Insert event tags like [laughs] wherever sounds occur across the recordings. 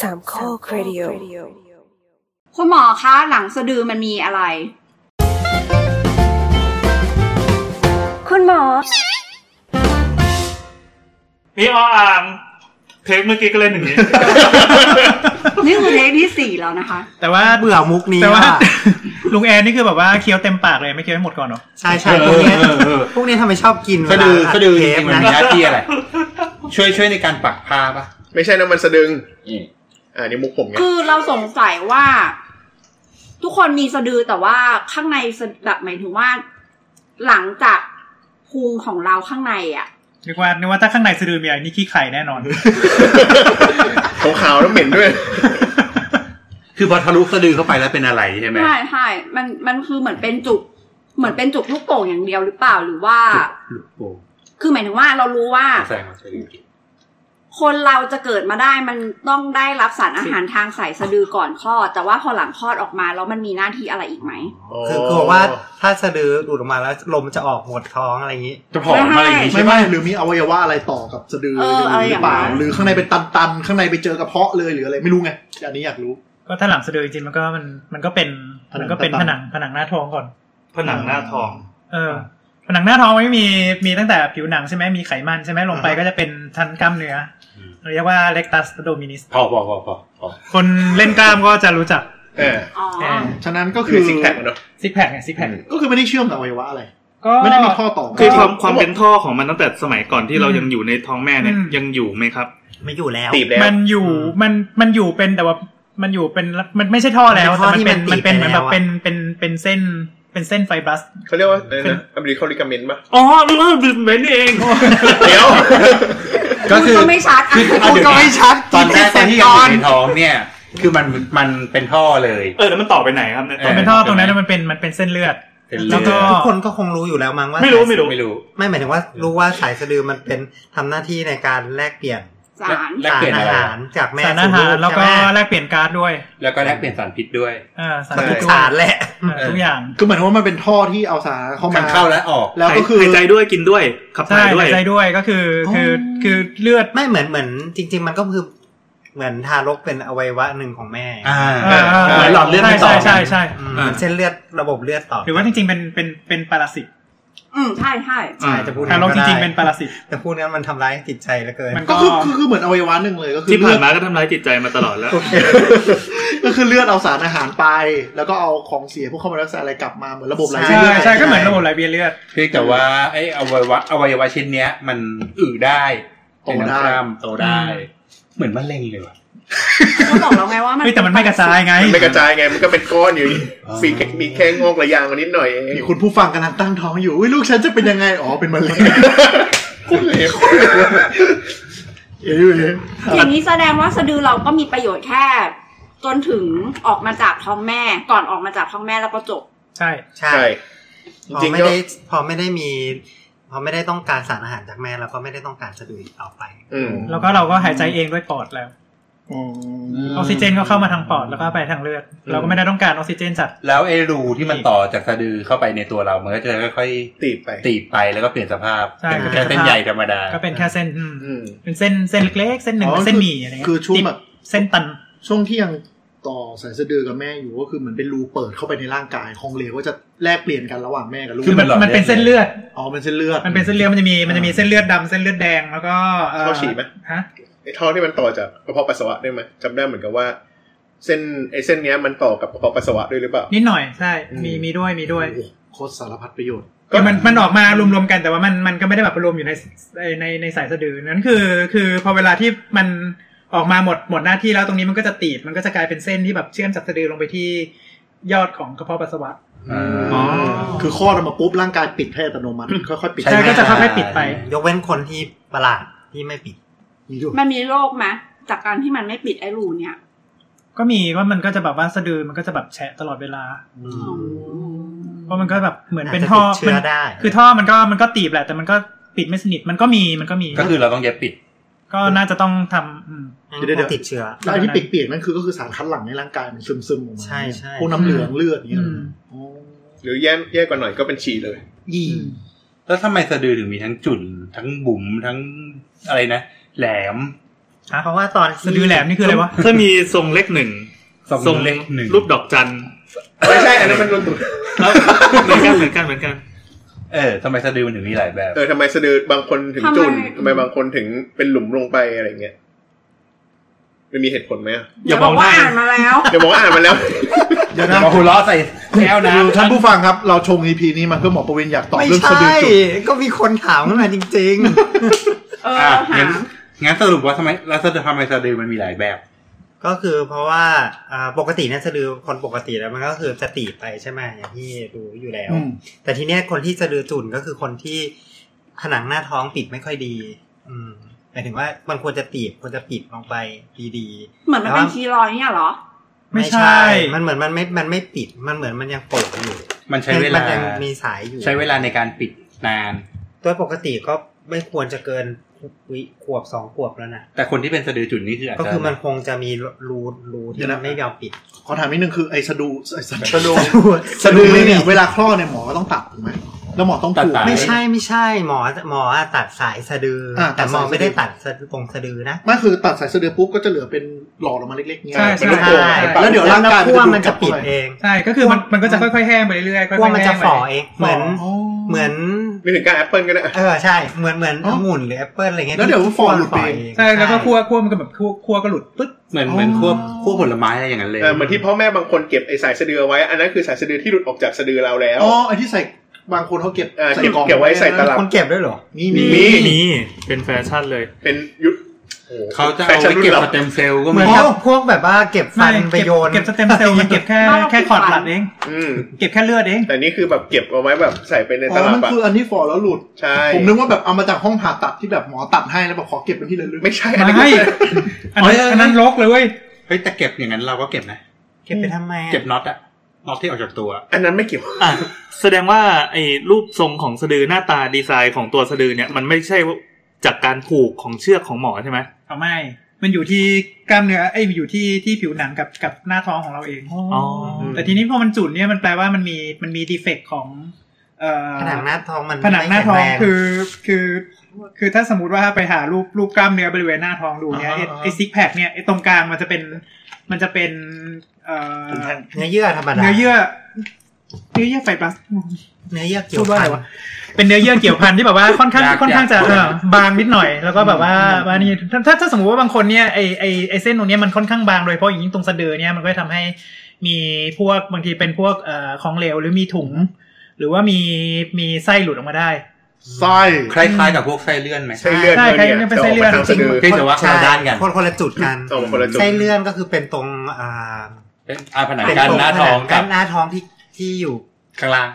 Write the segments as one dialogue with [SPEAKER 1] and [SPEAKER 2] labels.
[SPEAKER 1] สามข้อครดิโอ
[SPEAKER 2] คุณหมอคะหลังสะดือมันมีอะไร
[SPEAKER 1] คุณหมอ
[SPEAKER 3] นี่ออ่างเทคเมื่อกี้ก็เล่นอย่างนี้
[SPEAKER 2] นี่คือเทคที่สี่แล้วนะคะ
[SPEAKER 4] แต่ว่า
[SPEAKER 5] เบื่อมุกนี้
[SPEAKER 4] แต่ว่า
[SPEAKER 5] ว่ะ
[SPEAKER 4] ลุงแอนนี่คือแบบว่าเคี้ยวเต็มปาก [laughs] เลยไม่เคี้ยวให้หมดก่อนเหรอ
[SPEAKER 5] ใช่ใช่
[SPEAKER 6] เอ
[SPEAKER 5] พวก
[SPEAKER 6] อ
[SPEAKER 5] เนี้ย
[SPEAKER 6] เออเออ
[SPEAKER 5] พวกเนี้ยทำไมชอบกิน
[SPEAKER 6] สะดือ
[SPEAKER 5] เวลา
[SPEAKER 6] สะดือ
[SPEAKER 5] เท
[SPEAKER 6] จริ
[SPEAKER 5] ป
[SPEAKER 6] งๆมัน
[SPEAKER 5] นะ
[SPEAKER 6] มีหน้าที่อะไร ช่วยช่วยในการปักผ้าปะ
[SPEAKER 7] ไม่ใช่น้ำมันสะดึง
[SPEAKER 6] อืม
[SPEAKER 7] อ่านี่มุกผมไง
[SPEAKER 2] คือเราสงสัยว่า ทุกคนมีสะดือแต่ว่าข้างในสะแบบหมายถึงว่า หลังจากพุงของเราข้างในอะ่ะ
[SPEAKER 4] นึกว่านึกว่าถ้าข้างในสะดือมีอะไรนี่ขี้ไข่แน่นอน
[SPEAKER 7] ขาวๆแล้วเหม็นด้วย
[SPEAKER 6] คือพอทะลุสะดือเข้าไปแล้วเป็นอะไรใช่ไหม
[SPEAKER 2] ใช่ใช่มันมันคือเหมือนเป็นจุก เหมือนเป็นจุกลูกโป่งอย่างเดียวหรือเปล่าหรือว่า
[SPEAKER 6] หลุดโป่ง
[SPEAKER 2] คือหมายถึงว่าเรารู้ว่า
[SPEAKER 6] แสงมาสะดือ
[SPEAKER 2] คนเราจะเกิดมาได้มันต้องได้รับสารอาหารทางสายสะดือก่อนคลอด แต่ว่าพอหลังคลอดออกมาแล้วมันมีหน้าที่อะไรอีกไหม
[SPEAKER 5] คือคือบอกว่าถ้าสะดือดูดออกมาแล้วลมจะออกหมดท้องอะไรอย่างนี้
[SPEAKER 6] จะผอมอะไรอย่างงี้
[SPEAKER 8] ไม่
[SPEAKER 6] ใช่ไหม
[SPEAKER 8] ไม่หรือมีอวัยวะอะไรต่อกับสะดือ
[SPEAKER 2] เอออะไรอ
[SPEAKER 8] หรื
[SPEAKER 2] ย่างนั้น
[SPEAKER 8] เปล่า หรือข้างในเป็นตันๆ ข้างในไปเจอกระเพาะเลยหรืออะไรไม่รู้ไงอันนี้อยากรู้
[SPEAKER 4] ก็ถ้าหลังสะดือจริงๆมันก็มันมันก็เป็นมันก็เป็นผ
[SPEAKER 8] ผนั
[SPEAKER 4] นัง
[SPEAKER 8] ง
[SPEAKER 4] ผนังหน้าท้องก่อน
[SPEAKER 3] ผนังหน้าท้อง
[SPEAKER 4] เออผนังหน้าท้องมันไม่มีมีตั้งแต่ผิวหนังใช่ไหมมีไขมันใช่ไหมลงไปก็จะเป็นชั้นกล้ามเนื้อเรียกว่าเล็กตัสโดมินิส
[SPEAKER 6] พอพอพอพอพอ
[SPEAKER 4] คนเล่นกล้ามก็จะรู้จัก
[SPEAKER 7] เออ
[SPEAKER 2] อ๋อ
[SPEAKER 8] ฉะนั้นก็
[SPEAKER 7] คื
[SPEAKER 8] คือ อ
[SPEAKER 7] ซิกแพคอะเนอะ
[SPEAKER 4] ซิกแพคไงซิกแพค
[SPEAKER 8] ก็คือไม่ได้เชื่อมกับอวัยวะอะไร
[SPEAKER 4] ก็
[SPEAKER 8] ไม่ได้มีข้อต่อ
[SPEAKER 9] คือความ
[SPEAKER 7] ก็
[SPEAKER 9] ความเป็นท่อของมันตั้งแต่สมัยก่อนที่เรา
[SPEAKER 4] อืม
[SPEAKER 9] ยังอยู่ในท้องแม่เนี่ย
[SPEAKER 4] อืม
[SPEAKER 9] ยังอยู่ไหมครับ
[SPEAKER 5] ไม่อยู่แล้ว
[SPEAKER 7] ตีบแล้ว
[SPEAKER 4] มันอยู่มันมันอยู่เป็นแต่ว่ามันอยู่เป็นมันไม่ใช่ท่อแล้วแต่มันเป็น
[SPEAKER 5] มั
[SPEAKER 4] มัน น
[SPEAKER 5] เป็
[SPEAKER 4] เป็นนเห
[SPEAKER 5] ท่อที่มันติดไป
[SPEAKER 4] มือนแบ
[SPEAKER 5] แล้
[SPEAKER 4] บ
[SPEAKER 5] วอะ
[SPEAKER 4] เป็นเป็นเป็นเส้นเป็นเส้นไฟบรัส
[SPEAKER 7] เขาเรียกว่าอะไรนะอเมริกันลิกาเมนป่ะ
[SPEAKER 9] อ๋อเริ่มเหม็นเอง
[SPEAKER 7] เดี๋ยว
[SPEAKER 2] ก็คือพูดก็ไม่ชัดอ่ะ
[SPEAKER 6] เอาเดี๋ยว
[SPEAKER 5] ก็ไม่ชัด
[SPEAKER 6] ตอนแรกตอนที่ยัง
[SPEAKER 5] ต
[SPEAKER 6] อ
[SPEAKER 5] อน
[SPEAKER 6] ยู่ในท้องเนี่ย คือมันมันเป็นท่อเลย
[SPEAKER 9] เออแล้วมันต่อไปไหนครับเนี่ย
[SPEAKER 6] เอ
[SPEAKER 4] เป็นท่อตรงนั้นมันเป็นมันเป็นเส้นเลือด
[SPEAKER 6] เป็นเลื
[SPEAKER 4] แล้
[SPEAKER 6] อ
[SPEAKER 4] ว
[SPEAKER 6] ด
[SPEAKER 4] ก็
[SPEAKER 5] ทุกคนก็คงรู้อยู่แล้วมั้งว่า
[SPEAKER 9] ไม่รู้ไม่รู้
[SPEAKER 6] ไม่รู้
[SPEAKER 5] ไม่หมายถึงว่ารู้ว่าสายสะดือมันเป็นทำหน้าที่ในการแลกเปลี่ยน
[SPEAKER 2] สาร
[SPEAKER 6] แลกเปลี่ยน
[SPEAKER 5] สา
[SPEAKER 6] อะ
[SPEAKER 5] ร
[SPEAKER 6] ไร
[SPEAKER 5] อาหารจากแม่
[SPEAKER 4] สารอาหา
[SPEAKER 5] สู่ลู
[SPEAKER 4] ร
[SPEAKER 5] ก
[SPEAKER 4] แล้วก็
[SPEAKER 5] ใช่ไห
[SPEAKER 4] แล
[SPEAKER 5] ม
[SPEAKER 4] กเปลี่ยนการ์ดด้วย
[SPEAKER 6] แล้วก็แลกเปลี่ยนสารพิษด้วย
[SPEAKER 4] อ่าสาร
[SPEAKER 7] ใช่
[SPEAKER 4] พิษ
[SPEAKER 5] ทุ
[SPEAKER 4] ด้วย
[SPEAKER 5] กสารแหละ
[SPEAKER 4] อ่าทุกอย่าง
[SPEAKER 8] คือเหมือนว่ามันเป็นท่อที่เอาสารเข้ามา
[SPEAKER 6] ทั้งเข้าและออก
[SPEAKER 8] แล้ว
[SPEAKER 9] หาย
[SPEAKER 8] ก็คือ
[SPEAKER 9] หายใจด้วยกินด้วยขับ
[SPEAKER 4] ใช่
[SPEAKER 9] ถ่ายด้วย
[SPEAKER 4] หายใจด้วยก็คือคือคือเลือด
[SPEAKER 5] ไม่เหมือนเหมือน จริง ๆ มันก็คือเหมือนทารกเป็นอวัยวะหนึ่งของแม่
[SPEAKER 6] อ่า
[SPEAKER 4] เออเออ
[SPEAKER 6] หลอดเลือดไม่ต่อ
[SPEAKER 4] ใช่ใช่ใช่ใช่
[SPEAKER 5] อืมเหมือนเส้นเลือดระบบเลือดต่อ
[SPEAKER 4] หรือว่าจริงๆเป็นเป็นเป็นปรสิต
[SPEAKER 2] อืมใช่ใช่
[SPEAKER 5] ใช่จะพูด
[SPEAKER 4] อารมณ์จ
[SPEAKER 5] ก็ได้
[SPEAKER 4] ริงๆเป็นปรสิต
[SPEAKER 5] แต่พูดนั้นมันทำร้ายจิตใจเหลือเกิน
[SPEAKER 4] มัน
[SPEAKER 8] ก็คือคือคือเหมือนอวัยวะหนึ่งเลยก็คือ
[SPEAKER 9] ที่
[SPEAKER 8] เลื
[SPEAKER 9] ผ่า
[SPEAKER 8] อน ด
[SPEAKER 9] มาก็ทำร้ายจิตใจมาตลอดแล้ว
[SPEAKER 5] โอเค
[SPEAKER 8] [laughs] ก็คือเลือดเอาสารอาหารไป แล้วก็เอาของเสียพวกเข้ามารักษาอะไรกลับมาเหมือนระบบไหลเวียน
[SPEAKER 4] ใช่
[SPEAKER 8] เลือด
[SPEAKER 4] ใช่ก็เหมือนระบบไหลเวียนเลือด
[SPEAKER 6] เพียงแต่ว่าไอ้อวัยวะอวัยวะชิ้นเนี้ย มันอึได้เป็นน้ำกรามโตได้
[SPEAKER 4] อืม
[SPEAKER 6] เหมือนมะเร็งเลยว่ะ
[SPEAKER 2] เขาบอกแล้วไงว่ามัน
[SPEAKER 4] เฮ้ยแต่มันไม่กระจายไง
[SPEAKER 7] มันไม่กระจายไง มันก็เป็นก้อนอยู่
[SPEAKER 6] อ๋อ
[SPEAKER 7] มีแค่มีแค่งอกระยางมานิดหน่อยเอง
[SPEAKER 8] คุณผู้ฟังกำลังตั้งท้องอยู่อุ้ยลูกฉันจะเป็นยังไงอ๋อเป็นมะเร็ง
[SPEAKER 7] คุณเหลว
[SPEAKER 8] เอ้ย
[SPEAKER 2] อย่างนี้แสดงว่าสะดือเราก็มีประโยชน์แค่ จนถึงออกมาจากท้องแม่ ก่อนออกมาจากท้องแม่แล้วก็จบ
[SPEAKER 4] ใช่
[SPEAKER 5] ใช่
[SPEAKER 7] ใช่
[SPEAKER 5] พอ
[SPEAKER 7] จริง
[SPEAKER 5] ไม่
[SPEAKER 7] ๆก็
[SPEAKER 5] ได้พอไม่ได้มี พอไม่ได้ต้องการสารอาหารจากแม่แล้วก็ไม่ได้ต้องการสะดืออีกต่อไป
[SPEAKER 7] อืม
[SPEAKER 4] แล้วก็เราก็หายใจเองด้วยปอดแล้วออกซิเจนก็เข้ามาทางปอดแล้วก็ไปทางเลือด เราก็ไม่ได้ต้องการออกซิเจนจาก
[SPEAKER 6] แล้วไอ้รูที่มันต่อจากสะดือเข้าไปในตัวเรา มันก็จะค่อย
[SPEAKER 7] ตีบไป
[SPEAKER 6] ๆตีบไปแล้วก็เปลี่ยนสภาพ
[SPEAKER 4] ใช่
[SPEAKER 6] เป็นแค่เส้นใหญ่ธรรมดา
[SPEAKER 4] ก็เป็นแค่เส้นอืม
[SPEAKER 7] อืม
[SPEAKER 4] เป็นเส้นเส้นเล็กๆเส้นหนึ่งเส้นหมี่อะไรเงี้ย
[SPEAKER 8] คือช่วงแบบ
[SPEAKER 4] เส้นตัน
[SPEAKER 8] ช่วงที่ยังต่อสายสะดือกับแม่อยู่ก็คือเหมือนเป็นรูเปิดเข้าไปในร่างกายของเหลวก็จะแลกเปลี่ยนกันระหว่างแม่กับลูก
[SPEAKER 6] คือ มั น หล่ด
[SPEAKER 4] มันเป็น
[SPEAKER 6] เลือด
[SPEAKER 4] เส้นเลือด
[SPEAKER 8] อ๋อเป็นเส้นเลือด
[SPEAKER 4] มันเป็นเส้นเลือดมันจะมีมันจะมีเส้นเลือดดำเส้นเลือดแดงแล้วก็อ่อ
[SPEAKER 7] ท่อฉี่ไหม
[SPEAKER 4] ฮะ
[SPEAKER 7] ไอ้ท่อที่มันต่อจากกระเพาะปัสสาวะได้ไหมจำได้เหมือนกับว่า เส้นไอ้เส้นเนี้ยมันต่อกับกระเพาะปัสสาวะด้วยหรือเปล่า
[SPEAKER 4] นิดหน่อยใช่ มี
[SPEAKER 7] อืม
[SPEAKER 4] มีด้วยมีด้วย
[SPEAKER 8] โอ้โหโคตรสารพัดประโยชน์
[SPEAKER 7] ก็
[SPEAKER 4] แต่มันมันออกมารวมๆกันแต่ว่ามันมันก็ไม่ได้แบบรวมอยู่ในในในในสายสะดือนั้นคือ คือพอเวลาที่มันออกมาหมดหมดหน้าที่แล้วตรงนี้มันก็จะตีบมันก็จะกลายเป็นเส้นที่แบบเชื่อมจากสะดือลงไปที่ยอดของกระเพาะปัสสาวะ
[SPEAKER 6] อ๋อ
[SPEAKER 8] คือคลอดออกมาปุ๊บร่างกายปิดให้อัตโนมัติ ค่อยๆปิด
[SPEAKER 6] ใช่
[SPEAKER 4] ใช่ก็จะค่อยๆปิดไป
[SPEAKER 5] ยกเว้นคนที่ประหลาดที่ไม่ปิด
[SPEAKER 8] มีด้วย
[SPEAKER 2] มันมีโรคไหมจากการที่มันไม่ปิดไอ้รูเนี่ย
[SPEAKER 4] ก็มีว่ามันก็จะแบบว่าสะดือมันก็จะแบบแฉะตลอดเวลา เพราะมันก็แบบเหมือนเป็นท่อ
[SPEAKER 5] อาจจะติดเชื้อ
[SPEAKER 4] มัน
[SPEAKER 5] ได้
[SPEAKER 4] คือท่อมันก็มันก็ตีบแหละแต่มันก็ปิดไม่สนิทมันก็มีมันก็มี
[SPEAKER 6] ก็คือเราต้องเย็บปิด
[SPEAKER 4] ก็น่าจะต้องทำอืม
[SPEAKER 5] งั้นคงติดเชื้อ
[SPEAKER 8] แล้วไอ้ที่เปียกๆนั่นคือก็คือสารคัดหลั่งในร่างกายมันซึมๆออกมา
[SPEAKER 5] ใช่ใช่
[SPEAKER 8] พวกน้ำเหลืองเลือดอย่างเงี้ย
[SPEAKER 4] อืม
[SPEAKER 8] โอ้
[SPEAKER 7] หรือแย่แย่กว่าหน่อยก็เป็นฉี่เลย
[SPEAKER 8] ยี่
[SPEAKER 6] แล้วทำไมสะดือถึงมีทั้งจุ่นทั้งบุ๋มทั้งอะไรนะ แหลม
[SPEAKER 5] เพราะว่าตอน
[SPEAKER 4] สะดือแหลมนี่คืออะไรวะ
[SPEAKER 9] ถ้ามีทรงเล็กหนึ่ง
[SPEAKER 6] ทรงเล็กหนึ่ง
[SPEAKER 9] รูปดอกจัน
[SPEAKER 7] ไม่ใช่อันนั้นมันรุนตุด
[SPEAKER 9] แล้วเหมือนกันเหมือนกันเหมือนกัน
[SPEAKER 6] เออทำไมสะดือมันถึงมีหลายแบบ
[SPEAKER 7] เออทำไมสะดือบางคนถึงจุน
[SPEAKER 2] ทำ
[SPEAKER 7] ทำ
[SPEAKER 2] ไม
[SPEAKER 7] ไมบางคนถึงเป็นหลุมลงไปอะไรอย่างเงี้ยมันมีเหตุผลไหมอะ
[SPEAKER 9] อย่ามองหน้า
[SPEAKER 2] เดี๋วบกว่อ่านมาแล้ว
[SPEAKER 7] เดี๋ยวบอกว่าอ่านมาแล้ว [laughs]
[SPEAKER 8] เดี๋ยว
[SPEAKER 6] เดี๋ย
[SPEAKER 8] นะ
[SPEAKER 6] วมาหัวล้อใส่แก้วนะ
[SPEAKER 8] ท่านผู้ฟังครับ เราชง EP นี้มาเพื่อหมอประวินอยากตอบ
[SPEAKER 5] ไม่
[SPEAKER 8] เรื่อง
[SPEAKER 5] ใช่
[SPEAKER 8] สะดือจุด
[SPEAKER 5] ก็มีคนถามขึ้นมาจริง
[SPEAKER 2] เออ
[SPEAKER 6] อ่ะ
[SPEAKER 2] หา
[SPEAKER 6] งั้นงั้นสรุปว่าทำไมแล้วสะดือทำไมสะดือมันมีหลายแบบ
[SPEAKER 5] ๆ ก็คือเพราะว่าอ่าปกติเนี่ยสะดือคนปกติแล้วมันก็คือจะตีบไปใช่ไหมอย่างที่รู้อยู่แล้ว
[SPEAKER 8] อืม
[SPEAKER 5] แต่ทีเนี้ยคนที่สะดือจุ่นก็คือคนที่ผนังหน้าท้องปิดไม่ค่อยดี อืมหมายถึงว่ามันควรจะตีบควรจะปิดลงไปดี
[SPEAKER 2] เหมือนมันเป็นคีย์ลอยเนี่ยเหรอ
[SPEAKER 5] ๆ
[SPEAKER 4] ไม่ใช่
[SPEAKER 5] มันเหมือนมันไม่มันไม่ปิดมันเหมือนมันยังโป่งอยู่
[SPEAKER 6] มันใช้เว
[SPEAKER 5] มั
[SPEAKER 6] ลาน
[SPEAKER 5] ยังมีสายอยู่
[SPEAKER 6] ใช้เวลาในการปิดนาน
[SPEAKER 5] ตัวปกติก็ไม่ควรจะเกินวิขวบสองขวบแล้วนะ
[SPEAKER 6] แต่คนที่เป็นสะดือจุดนี่คืออาจ
[SPEAKER 5] ก็
[SPEAKER 6] จะ
[SPEAKER 5] คือมันคงจะมีรูรูที่มันไม่ยอมปิด
[SPEAKER 8] ขอถามนิดนึงคือไอ้สะดือไอ้สะสะดือ
[SPEAKER 5] สะ
[SPEAKER 8] สะ
[SPEAKER 5] ดื
[SPEAKER 8] ดื
[SPEAKER 5] อ
[SPEAKER 8] อ
[SPEAKER 5] ไม่มี
[SPEAKER 8] เนี่ยเวลาคลอดเนี่ยหมอก็ต้องตัดถูกไหมแล้วหมอต้องผูก
[SPEAKER 5] ไม่ใช่ไม่ใช่หมอหมออะตัดสายสะดืออา แต่
[SPEAKER 8] ตัด
[SPEAKER 5] หมอ
[SPEAKER 8] สายสะดือ
[SPEAKER 5] ไม่ได้ตัดสะดือตรงสะดือนะ
[SPEAKER 8] ไม่คือตัดสายสะดือปุ๊บก็จะเหลือเป็นหลอดออกมาเล็กๆเงี้ย
[SPEAKER 4] ใช่ใช่
[SPEAKER 7] เป็นลูกโป่ง
[SPEAKER 4] ใช่
[SPEAKER 7] ปาก
[SPEAKER 8] แล้วเดี๋ยวร่างกาย
[SPEAKER 5] ขั้ว
[SPEAKER 8] มั
[SPEAKER 5] มัน
[SPEAKER 8] น
[SPEAKER 5] จะ
[SPEAKER 8] จะดูดกลับ
[SPEAKER 5] ปิด
[SPEAKER 8] เข้าไป
[SPEAKER 5] เอง
[SPEAKER 4] ใช่ก็คือมันมันก็จะค่อยๆแห้งไปเรื่อยๆค่อยๆ
[SPEAKER 5] ขั้วมันจะ
[SPEAKER 4] แห้งไป
[SPEAKER 5] ฝ่อเองเหมือน
[SPEAKER 8] อ๋อ
[SPEAKER 5] เหมือน
[SPEAKER 7] ไม่ถึงกล้าแอปเปิลก็ได้อะ
[SPEAKER 5] เออใช่ เหมือนเหมือน
[SPEAKER 8] อ๋อ
[SPEAKER 5] หมุนหรือแอปเปิลอะไรเงี้ย
[SPEAKER 8] แล้วเดี๋ยวมันฝ่อหลุดไป
[SPEAKER 4] ใช่แล้วก็คั่วคั่วมันก็แบบคั่วคั่วก็หลุดปึ๊ด
[SPEAKER 6] เหมือนเหมือนควบควบผลไม้อะไรอย่างนั้นเลย
[SPEAKER 7] เออเหมือนที่พ่อแม่บางคนเก็บไอ้สายสะดือเอาไว้ อันนั้นคือสายสะดือที่หลุดออกจากสะดือเราแล้ว
[SPEAKER 8] อ๋อไอ้ที่ใส่บางคนเขาเก็บ
[SPEAKER 7] เออ
[SPEAKER 8] ใส่
[SPEAKER 7] เก็บ
[SPEAKER 8] กล่อง
[SPEAKER 7] เก็บไว้ใส่ตลับ
[SPEAKER 5] คนเก็บด้วยเหรอ
[SPEAKER 8] มีมี
[SPEAKER 7] มี
[SPEAKER 9] มีเป็นแฟชั่นเลย
[SPEAKER 7] เป็นยุทธ
[SPEAKER 6] เขาจะเอาไว้เก็บสเต็มเซลล์ก็
[SPEAKER 5] เหมื
[SPEAKER 6] มี
[SPEAKER 5] อนกับพวกแบบว่าเก็บฟันไปโยน
[SPEAKER 4] เก็บสเต็มเซลล์มันเก็บแค่
[SPEAKER 2] บ้านเรา
[SPEAKER 4] แค่คอร์ดหลัดเอง
[SPEAKER 7] อืม
[SPEAKER 4] เก็บแค่เลือดเอง
[SPEAKER 7] แต่นี่คือแบบเก็บเอาไว้แบบใส่ไปใน
[SPEAKER 8] อ๋
[SPEAKER 7] ต
[SPEAKER 8] อ
[SPEAKER 7] ลับ
[SPEAKER 8] มัน
[SPEAKER 7] อะ
[SPEAKER 8] คืออันที่ฝ่อแล้วหลุด
[SPEAKER 7] ใช่
[SPEAKER 8] ผมนึกว่าแบบเอามาจากห้องผ่าตัดที่แบบหมอตัดให้แล้วบอกขอเก็บเป็นที่ระลึก
[SPEAKER 7] ไม่ใช่อันนั้น
[SPEAKER 4] ไม่อัน
[SPEAKER 7] คือ
[SPEAKER 4] นั้นอันนั้นลกเลยเว้ย
[SPEAKER 6] เฮ้ยแต่เก็บอย่างนั้นเราก็เก็บนะ
[SPEAKER 5] เก็บไปทำไมอะ
[SPEAKER 6] เก็บน็อตอะน็อตที่ออกจากตัวอะ
[SPEAKER 7] อันนั้นไม่เกี่ยว
[SPEAKER 9] อ่ะแสดงว่าไอ้รูปทรงของสะดือหน้าตาดีไซน์ของตัวสะดือเนี่ยมันไม่ใช่จากการผูกของเชือกของหมอใช่ไหม
[SPEAKER 4] เอาไม่ มันอยู่ที่กล้ามเนื้อ เอ้ย อยู่ที่ที่ผิวหนังกับกับหน้าท้องของเราเอง
[SPEAKER 9] อ๋อ
[SPEAKER 4] แต่ทีนี้พอมันจุดเนี่ยมันแปลว่ามันมีมันมีดีเฟกของเอ่อ
[SPEAKER 5] ผนังหน้าท้องมัน
[SPEAKER 4] ผนังหน้าท้อง
[SPEAKER 5] ไม่แข็แร
[SPEAKER 4] คือคือคือถ้าสมมติว่าไปหารูปรูปกล้ามเนื้อบริเวณหน้าท้องดูเนี่ยไอ้
[SPEAKER 5] อ๋อ
[SPEAKER 4] ไอซิกแพคเนี่ยไอตรงกลางมันจะเป็นมันจะเป็นเอ่อ
[SPEAKER 5] เนื้อเยื่อธรรมดา
[SPEAKER 4] เนื้อเยื่อเนื้อเยื่อไฟบลัส
[SPEAKER 5] เนื้อเยื่อเกี่ย
[SPEAKER 4] พู
[SPEAKER 5] ว
[SPEAKER 4] ดว่าอะไร
[SPEAKER 5] พัน
[SPEAKER 4] วะ เป็นเนื้อเยื่อเกี่ยวพันที่แบบว่า [laughs] ค่อนข้างค่อนข้างจะเออบางนิดหน่อย แล้วก็แบบว่าว่านี่ถ้าถ้าถ้าสมมติว่าบางคนเนี่ยไอไอไอเส้นตรงเนี้ยมันค่อนข้างบางโดยเฉพาะอย่างยิ่งตรงสะดือเนี่ยมันก็จะทำให้มีพวกบางทีเป็นพวกเอ่อของเหลวหรือมีถุง หรือว่ามีมีไส้หลุดออกมาได้
[SPEAKER 8] ไส้
[SPEAKER 6] คล้ายๆกับพวกไส้เลื่อนไหม
[SPEAKER 7] ใช่เลือด
[SPEAKER 4] ใช่
[SPEAKER 7] ด้วย
[SPEAKER 4] ใช่
[SPEAKER 7] เนี่ย
[SPEAKER 4] เป็นไส้เลื่อน
[SPEAKER 7] จะกมาทางสะดือ
[SPEAKER 6] เพียงแต่ว่า
[SPEAKER 5] ใช่
[SPEAKER 6] คนละด้านกัน
[SPEAKER 5] คนคนละจุดกัน
[SPEAKER 7] อ๋อคนละจุด
[SPEAKER 5] ไส้เลื่อนก็คือเป็นตรงอ่า
[SPEAKER 6] เป็นอาผนัง
[SPEAKER 5] เป็น
[SPEAKER 6] กั้น
[SPEAKER 5] ตรง
[SPEAKER 6] หน้าท้อง
[SPEAKER 5] ผ
[SPEAKER 6] กั
[SPEAKER 5] นั
[SPEAKER 6] บ
[SPEAKER 5] งหน้าท้องที่ที่อยู่
[SPEAKER 6] ข้างล่าง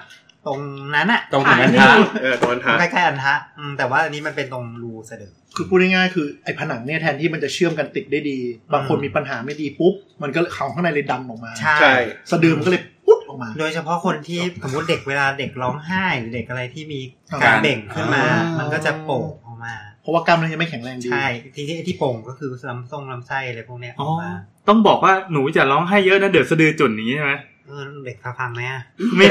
[SPEAKER 5] ตรงนั้นอะ
[SPEAKER 6] ตรงถึงอันท้า
[SPEAKER 7] เออตรงนั้นทา
[SPEAKER 5] ใกล้ๆอันทะอืมแต่ว่าอันนี้มันเป็นตรงรูสะดือ
[SPEAKER 8] คือพูดง่ายๆคือไอ้ผนังเนี่ยแทนที่มันจะเชื่อมกันติดได้ดี บางคน
[SPEAKER 5] อืม
[SPEAKER 8] มีปัญหาไม่ดีปุ๊บ มันก็เขาข้างในเลยดันออกมา
[SPEAKER 5] ใช่
[SPEAKER 7] ใช่
[SPEAKER 8] สะดือมันก็เลยปุ๊บออกมา
[SPEAKER 5] โดยเฉพาะคนที่สมมติเด็กเวลาเด็กร้องไห้หรือเด็กอะไรที่มี
[SPEAKER 8] อ่า
[SPEAKER 5] การเบ่งขึ้นมา มันก็จะโป่งออกมา
[SPEAKER 8] เพราะว่ากล้ามเนื้อยังไม่แข็งแรงดี
[SPEAKER 5] ใช่ ที่ที่ที่โป่งก็คือลำทรงลำไส้อะไรพวกเนี้ยอ
[SPEAKER 9] อ๋อ
[SPEAKER 5] อกมา
[SPEAKER 9] ต้องบอกว่าหนูจะร้องไห้เยอะนะเดี๋ยวสะดือจุ่นอย่างนี้ใช่ไหม
[SPEAKER 5] เออเด็กพาพังไหมอะ
[SPEAKER 9] ไม่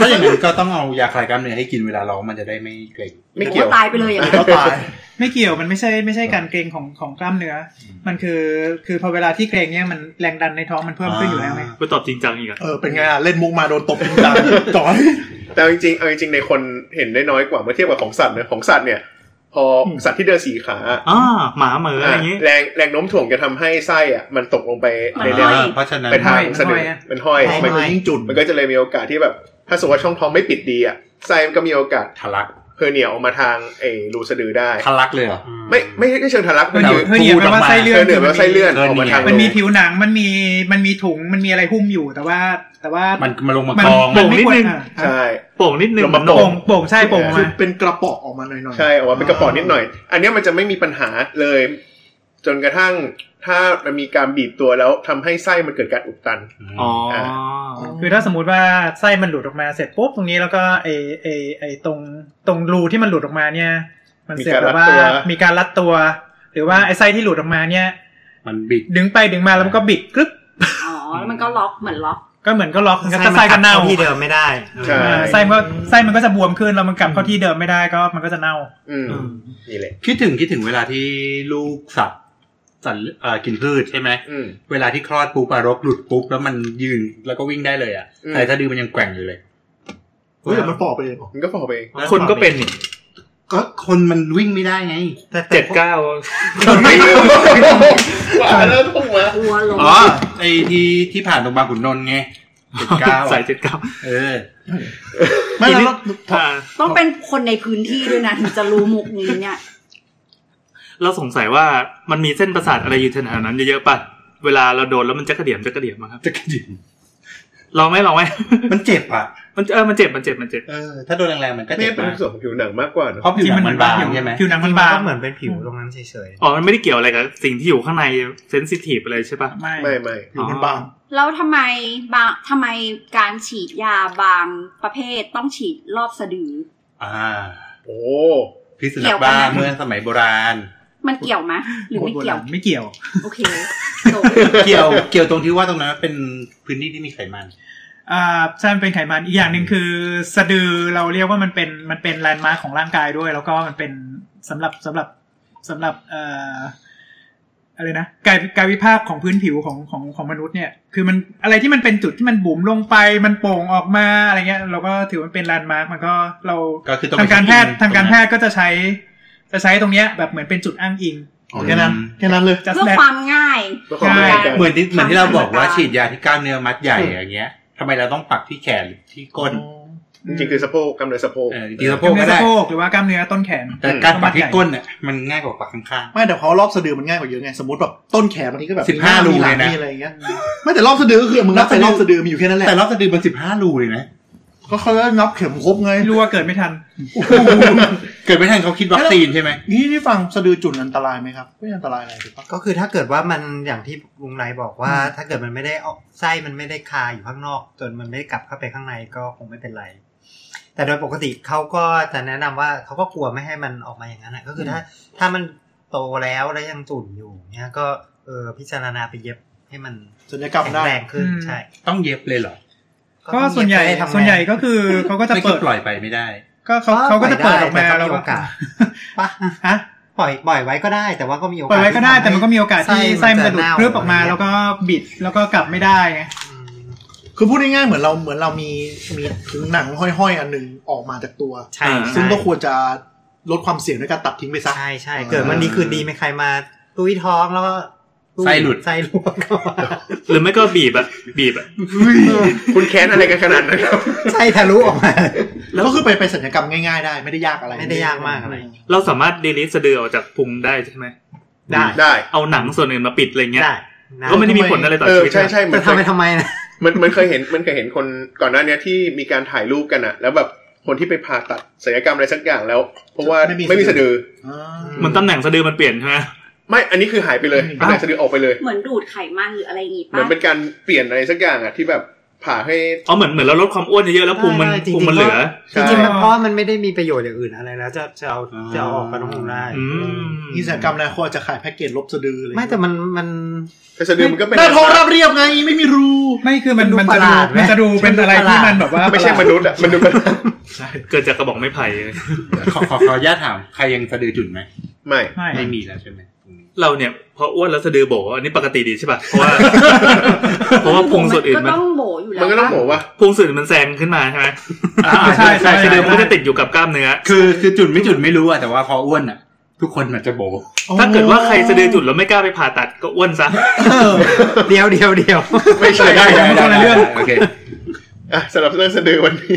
[SPEAKER 6] ก็อย่างนั้นก็ต้องเอายาคลายกล้ามเนื้อให้กินเวลาร้องมันจะได้ไม่เกร็ง
[SPEAKER 7] ไม่เกี่ยว
[SPEAKER 2] โอ้ตายไปเลยอย่างนั้น
[SPEAKER 8] ก็ตาย
[SPEAKER 4] ไม่เกี่ยวมันไม่ใช่ไม่ใช่การเกรงของของกล้ามเนื้อ มันคือคือพอเวลาที่เกรงเนี่ยมันแรงดันในท้องมันเพิ่มขึ้นอยู่แล้วไง
[SPEAKER 9] กูตอบจริงจังอีกอ่ะ
[SPEAKER 8] เออเป็นไงอ่ะเล่นมุกมาโดนตบจริงจังจ่อย
[SPEAKER 7] แต่เอาจริงๆเอาจริงๆในคนเห็นได้น้อยกว่าเมื่อเทียบกับของสัตว์นะของสัตว์เนี่ย พออ
[SPEAKER 8] ม
[SPEAKER 7] สัตว์ที่เดินสี่ขาอะ
[SPEAKER 9] อ๋อหมาเหมืออะไรอย่างนี้
[SPEAKER 7] แรงแรงโน้มถ่วงจะทำให้ไส้อ่ะมันตกลงไปในแนว
[SPEAKER 6] อ่าเพราะฉะนั้น
[SPEAKER 7] ไปทางสะดือเป็นห้อย
[SPEAKER 5] ไส้
[SPEAKER 7] มันก็
[SPEAKER 5] น้อย
[SPEAKER 8] ยิ่งจุด
[SPEAKER 7] มันก็จะเลยมีโอกาสที่แบบ ถ้าสมมติว่าช่องท้องไม่ปิดดีอ่ะไส้มันก็มีโอกาส
[SPEAKER 6] ทะลัก
[SPEAKER 7] เพอร์เนียออกมาทางไอ้รูสะดือได้
[SPEAKER 6] ทะลักเลยเหรอ
[SPEAKER 7] ไม่ไม่ใช่เชิงทะลัก
[SPEAKER 4] เพื่
[SPEAKER 7] มั
[SPEAKER 4] อน เหยีย
[SPEAKER 7] คือบ
[SPEAKER 4] เพื่อนเหยียบแปลว่าไส้เลื่อน
[SPEAKER 7] เพอร์เนียแปลว่าไส้เลื่อนออกมาทางรู
[SPEAKER 4] มันมีผิวหนังมันมีมันมีถุงมันมีอะไรหุ้มอยู่แต่ว่า แต่ว่า
[SPEAKER 6] มั
[SPEAKER 4] มัน
[SPEAKER 6] มาลงมากอง
[SPEAKER 4] มันไม่ควร
[SPEAKER 9] โป่งนิดนึง
[SPEAKER 4] อ่ะ
[SPEAKER 7] ใช่
[SPEAKER 9] โป่งนิดนึง
[SPEAKER 7] ลงมา
[SPEAKER 9] เหอ
[SPEAKER 7] โป่
[SPEAKER 4] โป่งโป่งใช่โป่งออก
[SPEAKER 8] คื
[SPEAKER 4] มา
[SPEAKER 8] อเป็นกระเป๋อออกมาหน่อยๆ
[SPEAKER 7] ใช่ออกมาเป็นกระป๋องนิดหน่อย อันเนี้ยมันจะไม่มีปัญหาเลย จนกระทั่งถ้ามันมีการบีบตัวแล้วทำให้ไส้มันเกิดการอุดตัน
[SPEAKER 9] อ๋อ
[SPEAKER 7] อ่า
[SPEAKER 8] อ๋อ
[SPEAKER 4] คือถ้าสมมติว่าไส้มันหลุดออกมาเสร็จปุ๊บตรงนี้แล้วก็ไอไอไอตรงตรงรูที่มันหลุดออกมาเนี่ย มันเสียแบบว่า
[SPEAKER 7] มีการรัดตัว
[SPEAKER 4] มีการรัดตัว หรือว่าไอไส้ที่หลุดออกมาเนี่ย
[SPEAKER 6] มันบิด
[SPEAKER 4] ดึงไปดึงมาแล้วมันก็บิดกรึบ
[SPEAKER 2] อ๋อแล้วมันก็ล็อกเหมือนล็อก
[SPEAKER 4] ก็เหมือนก็ล็อกก็ไส้ก็เน่า
[SPEAKER 5] ข้ที่เดิมไม่ได้
[SPEAKER 7] ใช่
[SPEAKER 4] อ่าไส้มันก็ไส้มันก็จะบวมขึ้นแล้วมันกลับเข้าที่เดิมไม่ได้ก็มันก็จะเน่า
[SPEAKER 7] อืมนี่แหละ
[SPEAKER 6] คิดถึงคิดถึงเวลาที่ลูกสัตว์ สัตว์เอ่อกินพืชใช่ไหม
[SPEAKER 7] อืม
[SPEAKER 6] เวลาที่คลอดปุ๊บอะรกหลุดปุ๊บแล้วมันยืนแล้วก็วิ่งได้เลยอะ
[SPEAKER 7] อืม
[SPEAKER 6] แต่สะดือมันยังแกว่งอยู่เลย
[SPEAKER 8] เฮ้ยเดี๋ยวมันปอกไปเองเหรอ
[SPEAKER 7] มันก็พอไปเอง
[SPEAKER 9] คนก็เป็นนี่
[SPEAKER 6] ก็คนมันวิ่งไม่ได้ไง
[SPEAKER 5] แต่แต่
[SPEAKER 9] เจ็ดเก้า
[SPEAKER 7] ว่าแล้วถูกไหม
[SPEAKER 2] อ้วนลง
[SPEAKER 6] อ๋อไอที่ที่ผ่านตรงบางขุนนนท์ไงเจ็ดเก้า
[SPEAKER 9] สายเจ็ดเก้า
[SPEAKER 6] เออ
[SPEAKER 5] ไม่แล้ว
[SPEAKER 9] อ่า
[SPEAKER 2] ต้องเป็นคนในพื้นที่ด้วยนะถึงจะรู้มุกนี้เนี่ย
[SPEAKER 9] เราสงสัยว่ามันมีเส้นประสาทอะไรอยู่แถวๆนั้นเยอะๆป่ะ เวลาเราโดนแล้วมันจะกระเดี่ยมจะกระเดี่ยมอะครับ
[SPEAKER 6] จะกระดิ่ง
[SPEAKER 9] ลองไหมลองไหม
[SPEAKER 6] มันเจ็บอ่ะ
[SPEAKER 9] มันเออมันเจ็บมันเจ็บมันเจ็บ
[SPEAKER 6] เออ ถ้าโดนแรงๆมันก็
[SPEAKER 7] นี่
[SPEAKER 6] เจ็บ
[SPEAKER 7] เป็น
[SPEAKER 6] มาก
[SPEAKER 7] ส่วนของผิวหนังมากกว่าเนอะ
[SPEAKER 6] เพราะผิวหนังมันบาง
[SPEAKER 4] ผิว
[SPEAKER 6] ใช่ไหม
[SPEAKER 4] ผิวหนัง
[SPEAKER 5] มั
[SPEAKER 4] มัน นบาง
[SPEAKER 5] ก็เหมือนเป็นผิวตรงนั้นเฉย
[SPEAKER 9] อ๋อ มันไม่ได้เกี่ยวอะไรกับสิ่งที่อยู่ข้างในเซนซิทีฟอะไรใช่ปะ
[SPEAKER 4] ไม่
[SPEAKER 7] ไม่ไม่
[SPEAKER 8] หรือมันบาง
[SPEAKER 2] แล้วทำไมบางทำไมการฉีดยาบางประเภทต้องฉีดรอบสะดือ
[SPEAKER 6] อ่า
[SPEAKER 7] โอ้
[SPEAKER 6] พิษสุนัขบ้าเมื่อสมัยโบรา [laughs] ณ
[SPEAKER 2] มันเกี่ยวไหมหรือไม่เกี่ยว
[SPEAKER 4] ไม่เกี่ยว
[SPEAKER 2] โอเคจบ
[SPEAKER 6] เกี่ยวเกี่ยวตรงที่ว่าตรงนั้นเป็นพื้นที่ที่มีไขมัน
[SPEAKER 4] อ่าใช่มันเป็นไขมันอีกอย่างหนึ่งคือสะดือเราเรียกว่ามันเป็นมันเป็นแลนด์มาร์คของร่างกายด้วย แล้วก็มันเป็นสำหรับสำหรับสำหรับเอ่ออะไรนะกายกายวิภาคของพื้นผิวของของของมนุษย์เนี่ย คือมันอะไรที่มันเป็นจุดที่มันบุ๋มลงไปมันโป่งออกมาอะไรเงี้ย เราก็ถือมันเป็นแลนด์มาร์คมันก็เรา
[SPEAKER 6] ก็คือต้อง
[SPEAKER 4] ทางการแพทย์
[SPEAKER 6] ไป
[SPEAKER 4] ทางการแพทย์ก็จะใช้ จะใช้ตรงเนี้ยแบบเหมือนเป็นจุดอ้างอิง
[SPEAKER 6] อืม
[SPEAKER 8] แค่นั้นแค่นั้นเลย
[SPEAKER 2] [laughs]
[SPEAKER 4] just
[SPEAKER 2] เพื่อ
[SPEAKER 4] that
[SPEAKER 2] ความง่าย
[SPEAKER 7] เพื่อความง่าย
[SPEAKER 6] เหมือนที่เหมือนที่เราบอกว่าฉีดยาที่กล้ามเนื้อมัดใหญ่อย่างเงี้ยทำไมเราต้องปักที่แขนหรือที่ก้น
[SPEAKER 7] จริงๆคือสะโพกกำเนิดสะโพก
[SPEAKER 6] เออจริงๆสะ
[SPEAKER 4] ก
[SPEAKER 6] โพ
[SPEAKER 4] ล้าก มเนื้
[SPEAKER 6] ก็
[SPEAKER 4] อ
[SPEAKER 6] ได้
[SPEAKER 4] สะโพกหรือว่ากล้ามเนื้อต้นแขน
[SPEAKER 6] แต่การปักที่ก้นเนี่ยมันง่ายกว่าปักข้าง
[SPEAKER 8] ไม่แต่เขารอบสะดือมันง่ายกว่าเยอะไงสมมติแบบต้นแขนบางทีก็แบบ
[SPEAKER 6] สิบห้ารู
[SPEAKER 8] มีห
[SPEAKER 6] เล
[SPEAKER 8] ลั
[SPEAKER 6] ยนะ
[SPEAKER 8] มีอะไรอย่างเงี้ยไม่แต่รอบสะดือก็คือมึงนับไปรอบสะดือมีอยู่แค่นั้นแห
[SPEAKER 6] ๆ
[SPEAKER 8] ละ
[SPEAKER 6] แต่รอบสะดือมันสิบห้ารูเลยนะ
[SPEAKER 8] ก็เขาจะนับเข็มครบไง
[SPEAKER 4] ไม่รู้ว่าเกิดไม่ทัน
[SPEAKER 6] เกิดไม่ทันเขาคิดวัคซีนใช่ไหม
[SPEAKER 8] นี่ที่ฟังสะดือจุ่นอันตรายไหมครับไม่อันตรายอะไรถูกปะ
[SPEAKER 5] ๆก็คือถ้าเกิดว่ามันอย่างที่ลุงไนท์บอกว่า ถ้าเกิดมันไม่ได้ออกไส้มันไม่ได้คาอยู่ข้างนอก จนมันไม่ได้กลับเข้าไปข้างในก็คงไม่เป็นไร แต่โดยปกติเขาก็จะแนะนำว่าเขาก็กลัวไม่ให้มันออกมาอย่างนั้นนะก็คือถ้าถ้ามันโตแล้วแล้วยังจุ่นอยู่เนี่ยก็เออพิจารณาไปเย็บให้มัน
[SPEAKER 8] สัญญกรรม
[SPEAKER 5] แข็ง
[SPEAKER 8] ได้
[SPEAKER 5] แรงขึ้น
[SPEAKER 4] อืม
[SPEAKER 5] ใช่
[SPEAKER 6] ต้องเย็บเลยเหรอ
[SPEAKER 4] ก็
[SPEAKER 5] ต้อง
[SPEAKER 4] ส่วนใหญ่
[SPEAKER 5] เย็บไทำงา
[SPEAKER 4] ส่วนใหญ่ก็คือเขาก็จะ
[SPEAKER 6] ไม่
[SPEAKER 4] เปิ
[SPEAKER 6] ใช่
[SPEAKER 4] ด
[SPEAKER 6] ปล่อยไปไม่ได้ [laughs]
[SPEAKER 4] ก็เขาเขาก็จะเปิดออกมา
[SPEAKER 5] แต่
[SPEAKER 4] แล้ว
[SPEAKER 5] มีโอกาสปะ
[SPEAKER 4] ฮะ
[SPEAKER 5] ปล่อยปล่อยไว้ก็ได้ แต่ว่าก็มีโอกาส
[SPEAKER 4] เปิดไว้ก็ได้แต่มันก็มีโอกาสที่ไส้มันจะดูดพรึบออกมา
[SPEAKER 5] ะไร
[SPEAKER 4] แล้ว
[SPEAKER 5] เงี้ย
[SPEAKER 4] ก็บิดแล้วก็กลับไม่ได้ไง
[SPEAKER 5] อืม
[SPEAKER 8] คือพูดง่ายๆเหมือนเราเหมือนเรามีมีถุงหนังห้อยๆ อันหนึ่งออกมาจากตัว
[SPEAKER 5] ใช่
[SPEAKER 8] ซึ่งก็คว
[SPEAKER 5] ใ
[SPEAKER 8] รจะลดความเสี่ยงด้วยการตัดทิ้งไป
[SPEAKER 5] ช่
[SPEAKER 8] ซะ
[SPEAKER 5] ใช่ใช่เกิดมันดีคืนดีไม่ใครมาตุ้ยท้องแล้วก็ตุ้ย
[SPEAKER 6] ไส้หลุด
[SPEAKER 5] ไส้หลุดก็
[SPEAKER 9] หรือไม่ก็บีบอะบีบอะ
[SPEAKER 7] คุณแค้นอะไรกันขนาดนั้นครับ
[SPEAKER 5] ไส้ทะลุออกมา
[SPEAKER 8] แล้วก็คือไปไปสัญญกรรมง่ายๆได้ไม่ได้ยากอะไร
[SPEAKER 5] ไม่ได้ยากมากอะไร
[SPEAKER 9] เราสามารถดีลิสสะดือออกจากพุงได้ใช่ไหม
[SPEAKER 5] ได้
[SPEAKER 7] ได้
[SPEAKER 9] เอาหนังส่วนอื่นมาปิดอะไรเงี้ย
[SPEAKER 5] ได้นะ
[SPEAKER 9] ก็ไม่ได้มีผลอะไรต่อ
[SPEAKER 7] เออ
[SPEAKER 9] ชีวิต
[SPEAKER 7] ใช่ใช่เหมือ
[SPEAKER 5] แต่
[SPEAKER 7] นเค
[SPEAKER 5] ทำไป
[SPEAKER 7] ย
[SPEAKER 5] ทำไมนะ
[SPEAKER 7] มันมันเคยเห็นมันเคยเห็นคนก่อนหน้าเนี้ยที่มีการถ่ายรูปกันอะแล้วแบบคนที่ไปผ่าตัดศัลยกรรมอะไรสักอย่างแล้ว เพราะว่าไม่มีสะดือ
[SPEAKER 8] อ่า
[SPEAKER 9] เหมือนตำแหน่งสะดือมันเปลี่ยนใช่ไหม
[SPEAKER 7] ไม่ อันนี้คือหายไปเลยตำแหน่งสะดือออกไปเลย
[SPEAKER 2] เหมือนดูดไขมันหรืออะไรอย่างงี้
[SPEAKER 7] เหมือ
[SPEAKER 2] ปะ
[SPEAKER 7] นเป็นการเปลี่ยนอะไรสักอย่างอะที่แบบผ่าให้
[SPEAKER 9] อ๋อเหมือนเหมือนเราลดความอ้วนเยอะๆแล้วพุงมัน
[SPEAKER 5] ได้ได้จริ
[SPEAKER 9] พุง
[SPEAKER 5] ๆ
[SPEAKER 9] มันเหลือ
[SPEAKER 5] จริงๆมันเพราะมันไม่ได้มีประโยชน์อย่างอื่นอะไรแล้ว จะจะเอาจะเอาออกมาตรงนู้นได้
[SPEAKER 9] อืม
[SPEAKER 8] อีสัญญกรรมนะเขาอาจจะขายแพ็กเกจลบสะดืออะไรอย่าง
[SPEAKER 5] ไม่
[SPEAKER 8] เงี้ย
[SPEAKER 5] แต่มันมัน
[SPEAKER 7] แต่สะดือมันก็เป็น
[SPEAKER 8] หน้าท้องราบเรียบไงไม่มีรู
[SPEAKER 4] ไม่คือมัน
[SPEAKER 5] มั
[SPEAKER 4] มันน
[SPEAKER 5] ดูป
[SPEAKER 4] จะ
[SPEAKER 5] ระห
[SPEAKER 4] ดู
[SPEAKER 5] ลาดไหม
[SPEAKER 4] มันจะดูเป็นอะไรที่
[SPEAKER 5] มั
[SPEAKER 4] มัน
[SPEAKER 5] นดูประหลาด
[SPEAKER 4] แบบว่า
[SPEAKER 7] ไม่ใช่มนุษย์อะมันดูเป็น
[SPEAKER 9] เกิดจากกระบอกไม้ไผ่เลย
[SPEAKER 6] ขอขอขออนุญาตถามใครยังสะดือจุ่นไหม
[SPEAKER 7] ไม่
[SPEAKER 4] ไม่
[SPEAKER 6] ไม่มีแล้วใช่ไหมตรงนี้
[SPEAKER 9] เราเนี่ยพออ้วนแล้วสะดือโบอันนี้ปกติดีใช่ปะเพราะว่า [laughs] เพราะว่าพุงส่วนอื่น
[SPEAKER 2] ก็
[SPEAKER 9] มัน
[SPEAKER 2] ต้องโบอยู่แล้ว
[SPEAKER 7] มันก็ต้องบอกว่า
[SPEAKER 9] พุงส่วนอื่นมันแซงขึ้นมาใช่ไหม
[SPEAKER 6] อ่า
[SPEAKER 9] ใช่ใช่สะดือมันก็จะติดอยู่กับกล้ามเนื้อ
[SPEAKER 6] คือคือจุ่นไม่จุ่นไม่รู้อะแต่ว่าพออ้วนอะทุกคนมันจะโบ
[SPEAKER 9] ถ้าเกิดว่าใครสะดือจุดแล้วไม่กล้าไปผ่าตัดก็อ้วนซะ
[SPEAKER 5] เดียวเดียวเดียว
[SPEAKER 7] ไม่ใช่ได้
[SPEAKER 6] เรื่องโอเค
[SPEAKER 7] อ่ะสำหรับเรื่องสะดือวันนี้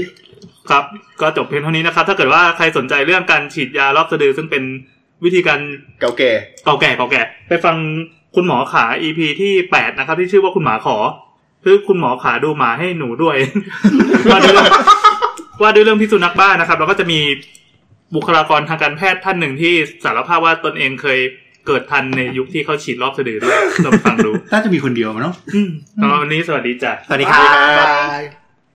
[SPEAKER 9] ครับ ก็จบเพียงเท่านี้นะครับ ถ้าเกิดว่าใครสนใจเรื่องการฉีดยารอบสะดือซึ่งเป็นวิธีการ
[SPEAKER 7] เก่าแก่
[SPEAKER 9] เก่าแก่เก่าแก่ไปฟังคุณหมอขา EP ที่ 8 นะครับ ที่ชื่อว่าคุณหมาขอ คือคุณหมอขาดูหมาให้หนูด้วย [laughs] ว่าด้วยเรื่องว่าด้วยเรื่องพิษสุนัขบ้านะครับแล้วก็จะมีบุคลากรทางการแพทย์ท่านหนึ่งที่สารภาพว่าตนเองเคยเกิดทันในยุคที่เขาฉีดรอบสะดือด้วยลองฟังดู
[SPEAKER 6] น่าจะมีคนเดียวมั้งเนอะ
[SPEAKER 9] อืมสำหรับวันนี้สวัสดีจ้ะ
[SPEAKER 5] สวัสดีครับ
[SPEAKER 8] Bye.